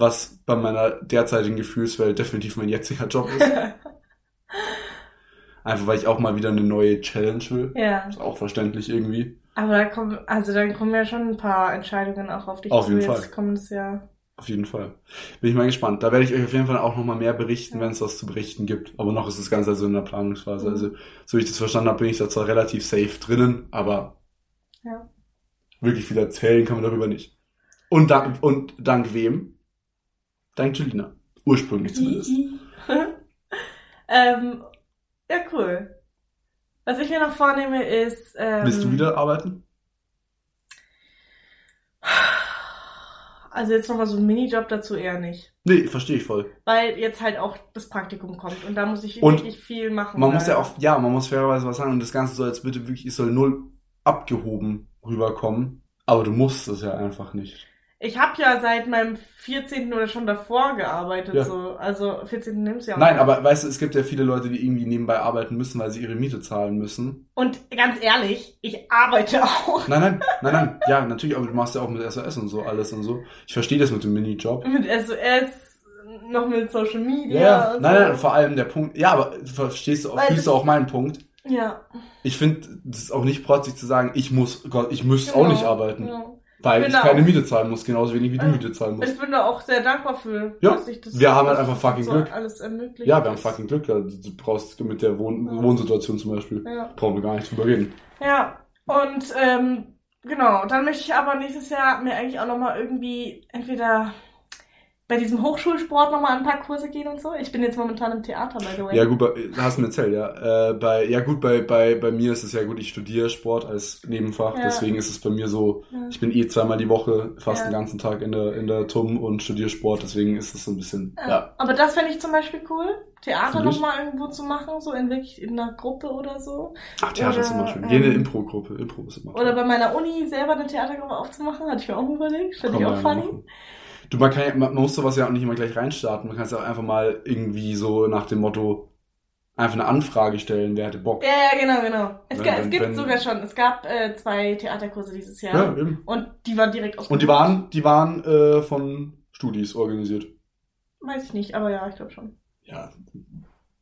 Speaker 2: was bei meiner derzeitigen Gefühlswelt definitiv mein jetziger Job ist.
Speaker 1: Hm.
Speaker 2: Einfach weil ich auch mal wieder eine neue Challenge will.
Speaker 1: Ja,
Speaker 2: Ist auch verständlich irgendwie.
Speaker 1: aber da kommen, also dann kommen ja schon ein paar Entscheidungen auch auf dich
Speaker 2: Auf jeden
Speaker 1: jetzt
Speaker 2: Fall.
Speaker 1: kommendes Jahr.
Speaker 2: Auf jeden Fall. Bin ich mal gespannt. Da werde ich euch auf jeden Fall auch nochmal mehr berichten, wenn es was zu berichten gibt. Aber noch ist das Ganze also in der Planungsphase.
Speaker 1: Mhm.
Speaker 2: Also, so wie ich das verstanden habe, bin ich da zwar relativ safe drinnen, aber
Speaker 1: Ja.
Speaker 2: wirklich viel erzählen kann man darüber nicht. Und dank, und dank wem? Dank Julina. Ursprünglich zumindest.
Speaker 1: ähm, ja, cool. Was ich mir noch vornehme ist. Ähm,
Speaker 2: Willst du wieder arbeiten?
Speaker 1: Also jetzt nochmal so einen Minijob dazu eher nicht.
Speaker 2: Nee, verstehe ich voll.
Speaker 1: Weil jetzt halt auch das Praktikum kommt und da muss ich
Speaker 2: Und
Speaker 1: wirklich viel machen.
Speaker 2: Man muss ja
Speaker 1: leider.
Speaker 2: auch, ja, man muss fairerweise was sagen und das Ganze soll jetzt bitte wirklich, es soll null abgehoben rüberkommen, aber du musst es ja einfach nicht.
Speaker 1: Ich habe ja seit meinem 14. oder schon davor gearbeitet.
Speaker 2: Ja.
Speaker 1: So. Also 14. nimmt's ja auch
Speaker 2: Nein,
Speaker 1: nicht.
Speaker 2: aber weißt du, es gibt ja viele Leute, die irgendwie nebenbei arbeiten müssen, weil sie ihre Miete zahlen müssen.
Speaker 1: Und ganz ehrlich, ich arbeite auch
Speaker 2: Nein, nein, nein, nein, ja, natürlich, aber du machst ja auch mit SOS und so alles und so. Ich verstehe das mit dem Minijob.
Speaker 1: mit SOS, noch mit Social Media.
Speaker 2: Ja,
Speaker 1: und
Speaker 2: nein,
Speaker 1: so.
Speaker 2: nein, vor allem der Punkt, ja, aber verstehst du, auch,
Speaker 1: also Weil
Speaker 2: fühlst du
Speaker 1: das-
Speaker 2: auch meinen Punkt?
Speaker 1: Ja.
Speaker 2: Ich finde es auch nicht protzig zu sagen, ich muss, Gott, ich müsste auch
Speaker 1: genau,
Speaker 2: nicht arbeiten,
Speaker 1: Genau.
Speaker 2: weil
Speaker 1: Genau.
Speaker 2: ich keine Miete zahlen muss, genauso wenig wie du
Speaker 1: Ja.
Speaker 2: Miete zahlen musst.
Speaker 1: Ich bin da auch sehr dankbar für,
Speaker 2: Ja,
Speaker 1: dass ich das
Speaker 2: wir haben halt
Speaker 1: dass
Speaker 2: einfach
Speaker 1: das
Speaker 2: fucking
Speaker 1: so
Speaker 2: Glück.
Speaker 1: alles ermöglicht.
Speaker 2: Ja, wir haben
Speaker 1: ist.
Speaker 2: fucking Glück, ja, du brauchst mit der Wohn
Speaker 1: Ja.
Speaker 2: Wohnsituation zum Beispiel.
Speaker 1: Ja.
Speaker 2: Brauchen wir gar nicht drüber reden.
Speaker 1: ja. Und ähm, genau, dann möchte ich aber nächstes Jahr mir eigentlich auch nochmal irgendwie entweder bei diesem Hochschulsport nochmal ein paar Kurse gehen und so. Ich bin jetzt momentan im Theater, by the way.
Speaker 2: Ja gut, bei, hast du mir erzählt, ja. Äh, bei, ja gut, bei, bei, bei mir ist es ja gut, ich studiere Sport als Nebenfach,
Speaker 1: Ja.
Speaker 2: deswegen ist es bei mir so,
Speaker 1: Ja.
Speaker 2: ich bin eh zweimal die Woche fast
Speaker 1: Ja.
Speaker 2: den ganzen Tag in der, in der TUM und studiere Sport, deswegen ist es so ein bisschen,
Speaker 1: Ja.
Speaker 2: ja.
Speaker 1: Aber das fände ich zum Beispiel cool, Theater
Speaker 2: Natürlich.
Speaker 1: nochmal irgendwo zu machen, so in wirklich in einer Gruppe oder so.
Speaker 2: Ach, Theater ist
Speaker 1: Oder,
Speaker 2: immer schön. Jede
Speaker 1: ähm,
Speaker 2: Impro-Gruppe, Impro ist immer
Speaker 1: Oder
Speaker 2: toll.
Speaker 1: bei meiner Uni selber eine Theatergruppe aufzumachen, hatte ich mir auch
Speaker 2: Kann
Speaker 1: überlegt. Fände ich
Speaker 2: man
Speaker 1: auch
Speaker 2: ja
Speaker 1: funny.
Speaker 2: machen. Du, man, kann, ja- man muss sowas ja auch nicht immer gleich reinstarten, man kann es ja auch einfach mal irgendwie so nach dem Motto einfach eine Anfrage stellen, wer hätte Bock.
Speaker 1: Ja, ja, genau, genau. Es,
Speaker 2: Wenn-
Speaker 1: ga- es
Speaker 2: wenn-
Speaker 1: gibt
Speaker 2: wenn-
Speaker 1: sogar schon, es gab äh, zwei Theaterkurse dieses Jahr.
Speaker 2: Ja, eben.
Speaker 1: Und die waren direkt aus
Speaker 2: Und die waren, die waren äh, von Studis organisiert.
Speaker 1: Weiß ich nicht, aber ja, ich glaube schon.
Speaker 2: Ja,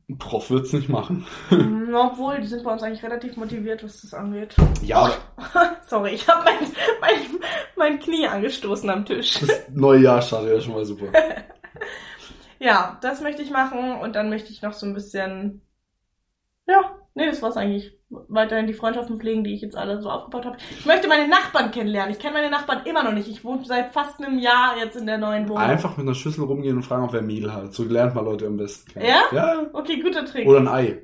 Speaker 2: ein Prof wird's nicht machen.
Speaker 1: Mhm, Obwohl, die sind bei uns eigentlich relativ motiviert, was das angeht.
Speaker 2: Ja,
Speaker 1: Sorry, ich habe mein, mein, mein Knie angestoßen am Tisch.
Speaker 2: das neue Jahr startet ja schon mal super.
Speaker 1: Ja, das möchte ich machen und dann möchte ich noch so ein bisschen. Ja, nee, das war's eigentlich. Weiterhin die Freundschaften pflegen, die ich jetzt alle so aufgebaut habe. Ich möchte meine Nachbarn kennenlernen. Ich kenne meine Nachbarn immer noch nicht. Ich wohne seit fast einem Jahr jetzt in der neuen Wohnung.
Speaker 2: Einfach mit einer Schüssel rumgehen und fragen, ob wer Mehl hat. So lernt man Leute am besten kennen.
Speaker 1: Ja?
Speaker 2: Ja.
Speaker 1: Okay, guter Trick.
Speaker 2: Oder ein Ei.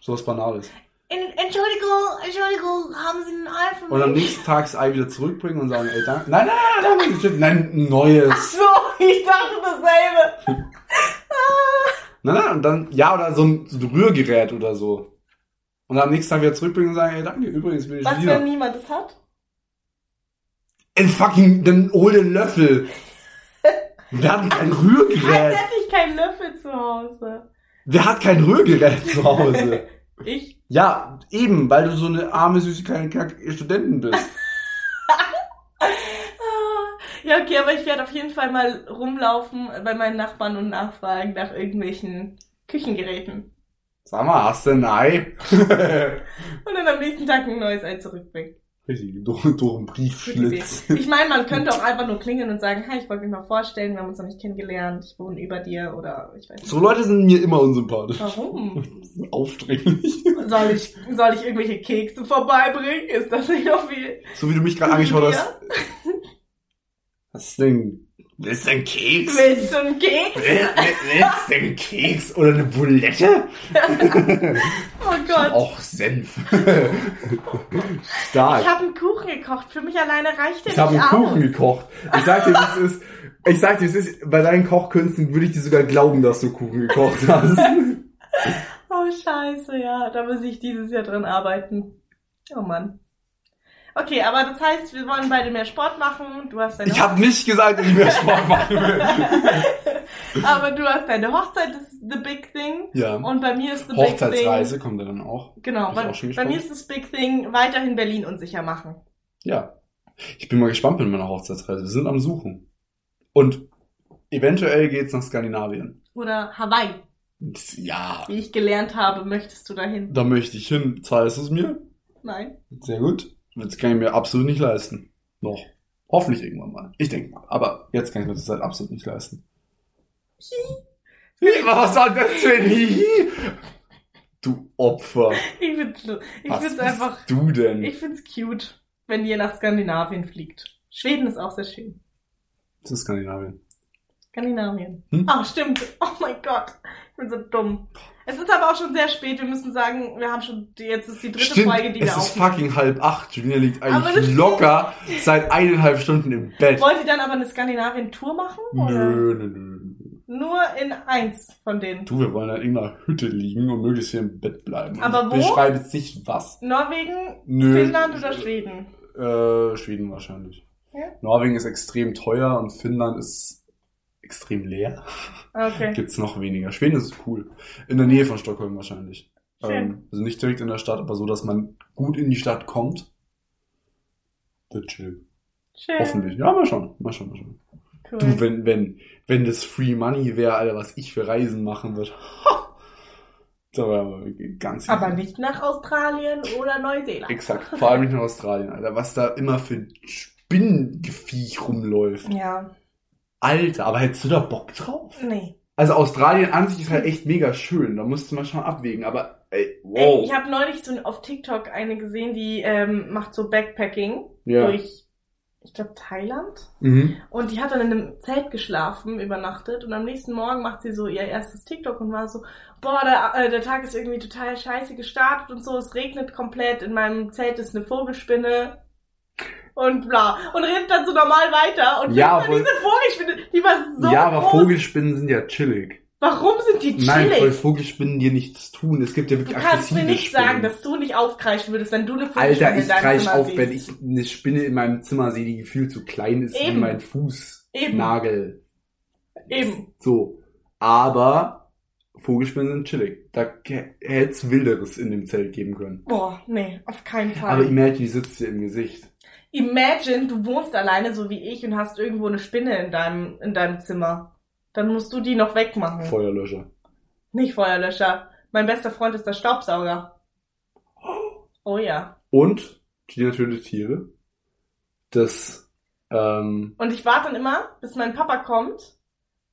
Speaker 2: So was Banales.
Speaker 1: En- Entschuldigung, Entschuldigung, haben Sie einen Ei für
Speaker 2: Und am
Speaker 1: mich?
Speaker 2: nächsten Tag das Ei wieder zurückbringen und sagen, ey, danke. Nein, nein, nein, nein, nein, ein
Speaker 1: Ach
Speaker 2: neues.
Speaker 1: so, ich dachte dasselbe.
Speaker 2: Nein, nein, und dann, ja, oder so ein, so ein Rührgerät oder so. Und am nächsten Tag wieder zurückbringen und sagen, ey, danke, übrigens bin ich
Speaker 1: Was, wenn
Speaker 2: wieder.
Speaker 1: niemand es hat?
Speaker 2: Ein fucking, dann hol den Löffel. Wir hatten kein
Speaker 1: Als
Speaker 2: Rührgerät.
Speaker 1: hätte ich keinen Löffel zu Hause.
Speaker 2: Wer hat kein Rührgerät zu Hause?
Speaker 1: Ich?
Speaker 2: Ja, eben, weil du so eine arme, süße, kleine Kack Studentin bist.
Speaker 1: Ah. Ja, okay, aber ich werde auf jeden Fall mal rumlaufen bei meinen Nachbarn und nachfragen nach irgendwelchen Küchengeräten.
Speaker 2: Sag mal, hast du ein Ei?
Speaker 1: Und dann am nächsten Tag ein neues Ei zurückbringen.
Speaker 2: Richtig, durch, durch einen Briefschlitz.
Speaker 1: Ich meine, man könnte auch einfach nur klingeln und sagen, hi, ich wollte mich mal vorstellen, wir haben uns noch nicht kennengelernt, ich wohne über dir oder ich weiß nicht.
Speaker 2: So Leute sind mir immer unsympathisch.
Speaker 1: Warum?
Speaker 2: Aufdringlich.
Speaker 1: Soll ich, soll ich irgendwelche Kekse vorbeibringen? Ist das nicht noch viel?
Speaker 2: So wie du mich gerade angeschaut hast. Was ist denn? Willst du einen Keks? Will,
Speaker 1: Willst du einen Keks?
Speaker 2: will, willst du einen Keks oder eine Bulette?
Speaker 1: Oh Gott.
Speaker 2: Auch Senf.
Speaker 1: Ich
Speaker 2: Stark.
Speaker 1: habe einen Kuchen gekocht. Für mich alleine reicht der
Speaker 2: Ich habe einen
Speaker 1: nicht
Speaker 2: Kuchen
Speaker 1: aus.
Speaker 2: gekocht. Ich sag dir, das ist. Ich sag dir, es ist, bei deinen Kochkünsten würde ich dir sogar glauben, dass du Kuchen gekocht hast.
Speaker 1: Genau. Oh scheiße, ja. Da muss ich dieses Jahr dran arbeiten. Oh Mann. Okay, aber das heißt, wir wollen beide mehr Sport machen. Du hast deine
Speaker 2: Ich habe nicht gesagt, dass ich mehr Sport machen will.
Speaker 1: aber du hast deine Hochzeit, das ist the big thing.
Speaker 2: Ja.
Speaker 1: Und bei mir ist the big
Speaker 2: Hochzeitsreise kommt er dann auch.
Speaker 1: thing.
Speaker 2: Bin
Speaker 1: Genau,
Speaker 2: ich
Speaker 1: bei,
Speaker 2: auch schon
Speaker 1: bei
Speaker 2: gespannt.
Speaker 1: mir ist das big thing weiterhin Berlin unsicher machen.
Speaker 2: Ja. Ich bin mal gespannt mit meiner Hochzeitsreise. Wir sind am Suchen. Und eventuell geht's nach Skandinavien.
Speaker 1: Oder Hawaii,
Speaker 2: Ja.
Speaker 1: wie ich gelernt habe, möchtest du dahin?
Speaker 2: Da möchte ich hin. Zahlst du es mir?
Speaker 1: Nein.
Speaker 2: Sehr gut. Das kann ich mir absolut nicht leisten. Noch. Hoffentlich irgendwann mal. Ich denke mal. Aber jetzt kann ich mir das halt absolut nicht leisten. Was soll das für ein Hihi? Du Opfer.
Speaker 1: Ich find's, lu- ich
Speaker 2: Was
Speaker 1: find's
Speaker 2: bist
Speaker 1: einfach,
Speaker 2: du denn?
Speaker 1: ich find's cute, wenn ihr nach Skandinavien fliegt. Schweden ist auch sehr schön.
Speaker 2: Das ist Skandinavien.
Speaker 1: Skandinavien.
Speaker 2: Hm?
Speaker 1: Ach, stimmt. Oh mein Gott. Ich bin so dumm. Es ist aber auch schon sehr spät. Wir müssen sagen, wir haben schon, jetzt ist die dritte Folge, die
Speaker 2: es ist
Speaker 1: wir aufnehmen.
Speaker 2: fucking halb acht. Julina liegt
Speaker 1: Aber das
Speaker 2: eigentlich
Speaker 1: ist-
Speaker 2: locker seit eineinhalb Stunden im Bett.
Speaker 1: Wollt ihr dann aber eine Skandinavien-Tour machen? Oder?
Speaker 2: Nö, nö, nö, nö.
Speaker 1: Nur in eins von denen.
Speaker 2: Du, wir wollen halt in irgendeiner Hütte liegen und möglichst hier im Bett bleiben.
Speaker 1: Aber wo?
Speaker 2: Ich beschreibe jetzt nicht was.
Speaker 1: Norwegen,
Speaker 2: Nö.
Speaker 1: Finnland oder Schweden?
Speaker 2: Äh, Schweden wahrscheinlich.
Speaker 1: Ja.
Speaker 2: Norwegen ist extrem teuer und Finnland ist extrem leer.
Speaker 1: Okay.
Speaker 2: Gibt's noch weniger. Schweden ist cool. In der Nähe von Stockholm wahrscheinlich.
Speaker 1: Schön.
Speaker 2: Ähm, also nicht direkt in der Stadt, aber so, dass man gut in die Stadt kommt. Wird chill.
Speaker 1: Schön.
Speaker 2: Hoffentlich. Ja, mal schauen. Mal schauen, mal schauen.
Speaker 1: Cool.
Speaker 2: Du, wenn, wenn, wenn das Free Money wäre, Alter, was ich für Reisen machen würde. Ha! Da wäre aber ganz
Speaker 1: aber nicht nach Australien oder Neuseeland.
Speaker 2: Exakt. Vor allem nicht nach Australien, Alter. Was da immer für Spinnengeviech rumläuft.
Speaker 1: Ja,
Speaker 2: Alter, aber hättest du da Bock drauf?
Speaker 1: nee.
Speaker 2: Also Australien an sich ist halt echt mega schön. Da musst du mal schon abwägen. Aber ey,
Speaker 1: Ey,
Speaker 2: wow.
Speaker 1: ich habe neulich so auf TikTok eine gesehen, die ähm, macht so Backpacking
Speaker 2: ja.
Speaker 1: durch, ich glaube, Thailand.
Speaker 2: Mhm.
Speaker 1: Und die hat dann in einem Zelt geschlafen, übernachtet. Und am nächsten Morgen macht sie so ihr erstes TikTok und war so, boah, der, äh, der Tag ist irgendwie total scheiße gestartet und so. Es regnet komplett. In meinem Zelt ist eine Vogelspinne. Und bla. Und redet dann so normal weiter. Und
Speaker 2: Ja,
Speaker 1: findet dann
Speaker 2: aber-
Speaker 1: diese Vogelspinne, die war so
Speaker 2: ja, aber
Speaker 1: groß.
Speaker 2: Vogelspinnen sind ja chillig.
Speaker 1: Warum sind die chillig?
Speaker 2: Nein, weil Vogelspinnen dir nichts tun. Es gibt ja
Speaker 1: Du
Speaker 2: wirklich
Speaker 1: kannst mir
Speaker 2: aggressive
Speaker 1: nicht
Speaker 2: Spinnen.
Speaker 1: sagen, dass du nicht aufkreischen würdest, wenn du eine Vogelspinne
Speaker 2: Alter, ich
Speaker 1: in deinem
Speaker 2: kreich
Speaker 1: Zimmer
Speaker 2: auf,
Speaker 1: siehst.
Speaker 2: wenn ich eine Spinne in meinem Zimmer sehe, die gefühlt so klein ist wie
Speaker 1: Eben.
Speaker 2: mein Fußnagel.
Speaker 1: Eben, eben.
Speaker 2: So. Aber Vogelspinnen sind chillig. Da hätte es Wilderes in dem Zelt geben können.
Speaker 1: Boah, nee, auf keinen Fall.
Speaker 2: Aber imagine, die sitzt dir im Gesicht.
Speaker 1: Imagine, du wohnst alleine so wie ich und hast irgendwo eine Spinne in deinem, in deinem Zimmer. Dann musst du die noch wegmachen.
Speaker 2: Feuerlöscher.
Speaker 1: Nicht Feuerlöscher. Mein bester Freund ist der Staubsauger. Oh ja.
Speaker 2: Und die natürlich Tiere. Das, ähm,
Speaker 1: Und ich warte dann immer, bis mein Papa kommt,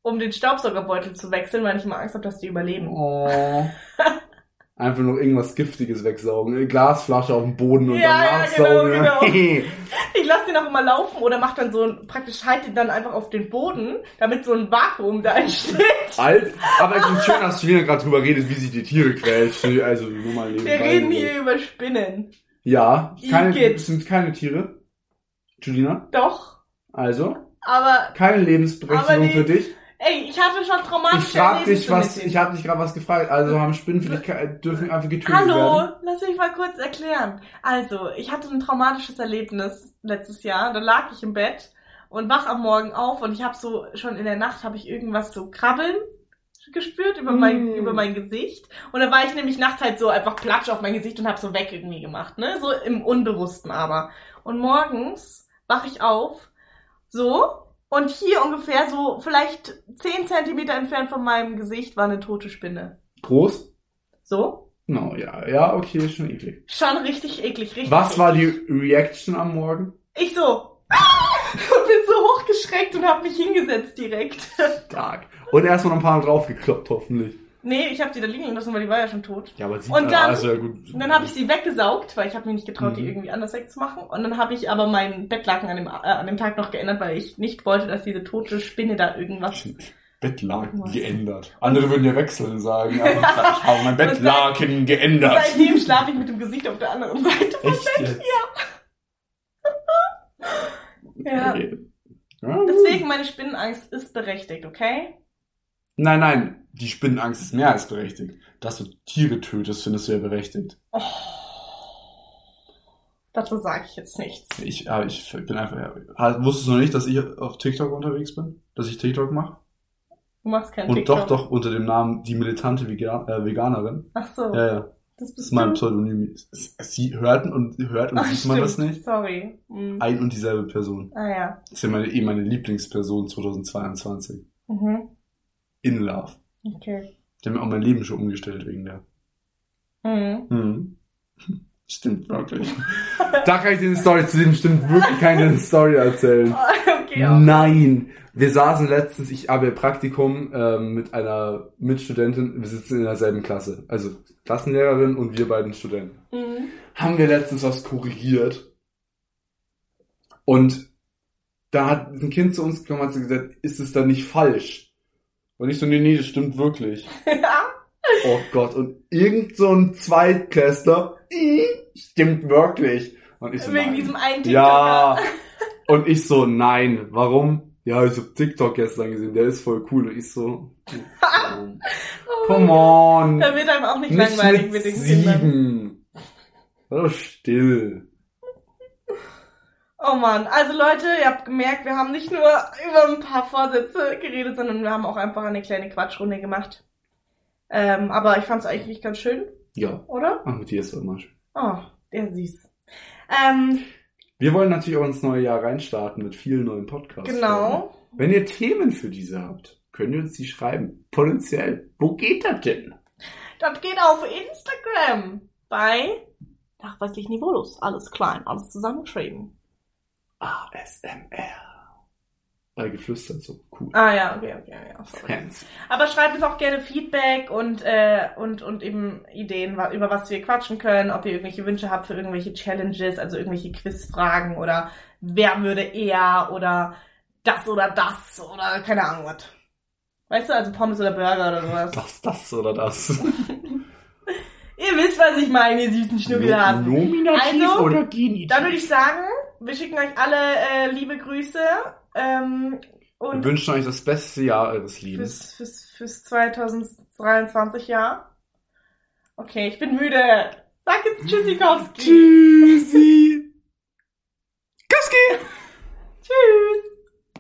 Speaker 1: um den Staubsaugerbeutel zu wechseln, weil ich immer Angst habe, dass die überleben.
Speaker 2: oh, einfach noch irgendwas Giftiges wegsaugen. Eine Glasflasche auf den Boden und
Speaker 1: Ja, ja,
Speaker 2: danach
Speaker 1: genau,
Speaker 2: saugen. Genau.
Speaker 1: Ich lasse den auch immer laufen oder mach dann so ein, praktisch halt den dann einfach auf den Boden, damit so ein Vakuum da entsteht.
Speaker 2: Alt, aber es ist schön, dass du wieder gerade drüber redet, wie sich die Tiere quält. Also nur mal
Speaker 1: Wir
Speaker 2: nebenbei.
Speaker 1: reden hier über Spinnen.
Speaker 2: Ja, keine,
Speaker 1: Igitt.
Speaker 2: es sind keine Tiere. Julina,
Speaker 1: Doch.
Speaker 2: also
Speaker 1: Aber,
Speaker 2: keine Lebensberechtigung
Speaker 1: Aber die-
Speaker 2: für dich.
Speaker 1: ey, ich hatte schon
Speaker 2: Ich
Speaker 1: traumatische
Speaker 2: frag dich
Speaker 1: Erlebnisse
Speaker 2: was,
Speaker 1: mit denen.
Speaker 2: ich habe dich gerade was gefragt. Also haben Spinnen für dich ke- dürfen einfach getötet
Speaker 1: Hallo,
Speaker 2: werden.
Speaker 1: lass mich mal kurz erklären. Also, ich hatte ein traumatisches Erlebnis letztes Jahr. Da lag ich im Bett und wach am Morgen auf und ich habe so schon in der Nacht habe ich irgendwas so krabbeln gespürt über mein
Speaker 2: Mm.
Speaker 1: über mein Gesicht und da war ich nämlich nachts halt so einfach platsch auf mein Gesicht und habe so weg irgendwie gemacht, ne? So im unbewussten aber. Und morgens wach ich auf so und hier ungefähr so vielleicht 10 Zentimeter entfernt von meinem Gesicht war eine tote Spinne.
Speaker 2: Groß?
Speaker 1: So?
Speaker 2: No, Genau, ja, ja, okay, schon eklig.
Speaker 1: Schon richtig eklig, richtig.
Speaker 2: Was war die
Speaker 1: eklig.
Speaker 2: Reaction am Morgen?
Speaker 1: Ich so. "Ah!" Und bin so hochgeschreckt und hab mich hingesetzt direkt.
Speaker 2: Stark. Und erstmal noch ein paar Mal draufgekloppt, hoffentlich.
Speaker 1: nee, ich hab die da liegen lassen, weil die war ja schon tot.
Speaker 2: Ja, aber sieht
Speaker 1: Und
Speaker 2: man-
Speaker 1: dann-
Speaker 2: also, ja, gut.
Speaker 1: Und dann habe ich sie weggesaugt, weil ich habe mich nicht getraut, die
Speaker 2: Mhm.
Speaker 1: irgendwie anders wegzumachen. Und dann habe ich aber meinen Bettlaken an dem, äh, an dem Tag noch geändert, weil ich nicht wollte, dass diese tote Spinne da irgendwas.
Speaker 2: Bettlaken
Speaker 1: Was?
Speaker 2: geändert. Andere würden ja wechseln sagen, aber ich habe mein Bettlaken geändert.
Speaker 1: Seitdem schlafe ich mit dem Gesicht auf der anderen Seite.
Speaker 2: Echt jetzt?
Speaker 1: Ja.
Speaker 2: Okay. Ja.
Speaker 1: Deswegen meine Spinnenangst ist berechtigt, okay?
Speaker 2: Nein, nein, die Spinnenangst ist mehr als berechtigt. Dass du Tiere tötest, findest du ja berechtigt.
Speaker 1: Oh. Dazu sage ich jetzt nichts.
Speaker 2: Ich, aber ich bin einfach. Ja, halt, wusstest du noch nicht, dass ich auf TikTok unterwegs bin? Dass ich TikTok mache?
Speaker 1: Du machst keinen
Speaker 2: Und
Speaker 1: TikTok.
Speaker 2: Oh, doch, doch unter dem Namen die militante Vega äh, Veganerin.
Speaker 1: Ach so.
Speaker 2: Ja, ja.
Speaker 1: Das
Speaker 2: Das
Speaker 1: bist
Speaker 2: ist mein
Speaker 1: du.
Speaker 2: Pseudonym. Es- es- Sie hört und hört und
Speaker 1: Ach,
Speaker 2: sieht
Speaker 1: stimmt.
Speaker 2: man das nicht.
Speaker 1: Sorry. Mhm.
Speaker 2: Ein und dieselbe Person.
Speaker 1: Ah ja.
Speaker 2: Das ist ja meine, eh meine Lieblingsperson 2022.
Speaker 1: Mhm.
Speaker 2: In Love.
Speaker 1: Okay.
Speaker 2: Die haben mir auch mein Leben schon umgestellt wegen der.
Speaker 1: Mhm.
Speaker 2: Hm. Stimmt wirklich. da kann ich dir eine Story zu dem stimmt wirklich keine Story erzählen.
Speaker 1: Okay, ja.
Speaker 2: Nein, wir saßen letztens, ich habe ihr Praktikum ähm, mit einer Mitstudentin, wir sitzen in derselben Klasse, also Klassenlehrerin und wir beiden Studenten.
Speaker 1: Mhm.
Speaker 2: Haben wir letztens was korrigiert und da hat ein Kind zu uns gekommen und hat sie gesagt, ist es dann nicht falsch? Und ich so, nee, nee, das stimmt wirklich.
Speaker 1: Ja.
Speaker 2: Oh Gott, und irgend so ein Zweitklässler, "Ih, stimmt wirklich. Und ich so,
Speaker 1: Wegen
Speaker 2: nein.
Speaker 1: diesem einen TikTok.
Speaker 2: Ja. Und ich so, nein, warum? Ja, ich hab TikTok gestern gesehen, der ist voll cool. Und ich so, oh, come on,
Speaker 1: Da wird einem auch nicht,
Speaker 2: nicht
Speaker 1: langweilig mit
Speaker 2: mit
Speaker 1: den Kindern.
Speaker 2: sieben. Sei doch still.
Speaker 1: Oh Mann, also Leute, ihr habt gemerkt, wir haben nicht nur über ein paar Vorsätze geredet, sondern wir haben auch einfach eine kleine Quatschrunde gemacht. Ähm, aber ich fand es eigentlich ganz schön,
Speaker 2: Ja,
Speaker 1: oder?
Speaker 2: ach, Matthias war immer schön.
Speaker 1: Oh, der süß. Ähm,
Speaker 2: Wir wollen natürlich auch ins neue Jahr reinstarten mit vielen neuen Podcasts.
Speaker 1: genau.
Speaker 2: Wenn ihr Themen für diese habt, könnt ihr uns die schreiben. Potenziell. Wo geht das denn?
Speaker 1: Das geht auf Instagram bei nachweislich niveaulos. Alles klein, alles zusammengeschrieben.
Speaker 2: ASMR. Weil geflüstert so cool.
Speaker 1: Ah ja, okay, okay, ja. Sorry.
Speaker 2: Fans.
Speaker 1: Aber schreibt uns auch gerne Feedback und, äh, und, und eben Ideen, wa- über was wir quatschen können, ob ihr irgendwelche Wünsche habt für irgendwelche Challenges, also irgendwelche Quizfragen oder wer würde eher oder das oder das oder keine Ahnung was. Weißt du, also Pommes oder Burger oder sowas.
Speaker 2: Das, das oder das.
Speaker 1: Ihr wisst, was ich meine, ihr süßen Schnuckelhasen.
Speaker 2: No- Nominativ
Speaker 1: Also,
Speaker 2: oder Genitiv?
Speaker 1: Dann würde ich sagen, wir schicken euch alle äh, liebe Grüße ähm,
Speaker 2: wir
Speaker 1: und
Speaker 2: wünschen euch das beste Jahr eures Lebens.
Speaker 1: fürs, fürs, fürs 2023 Jahr. Okay, ich bin müde. Sag jetzt Tschüssikowski.
Speaker 2: Tschüssi!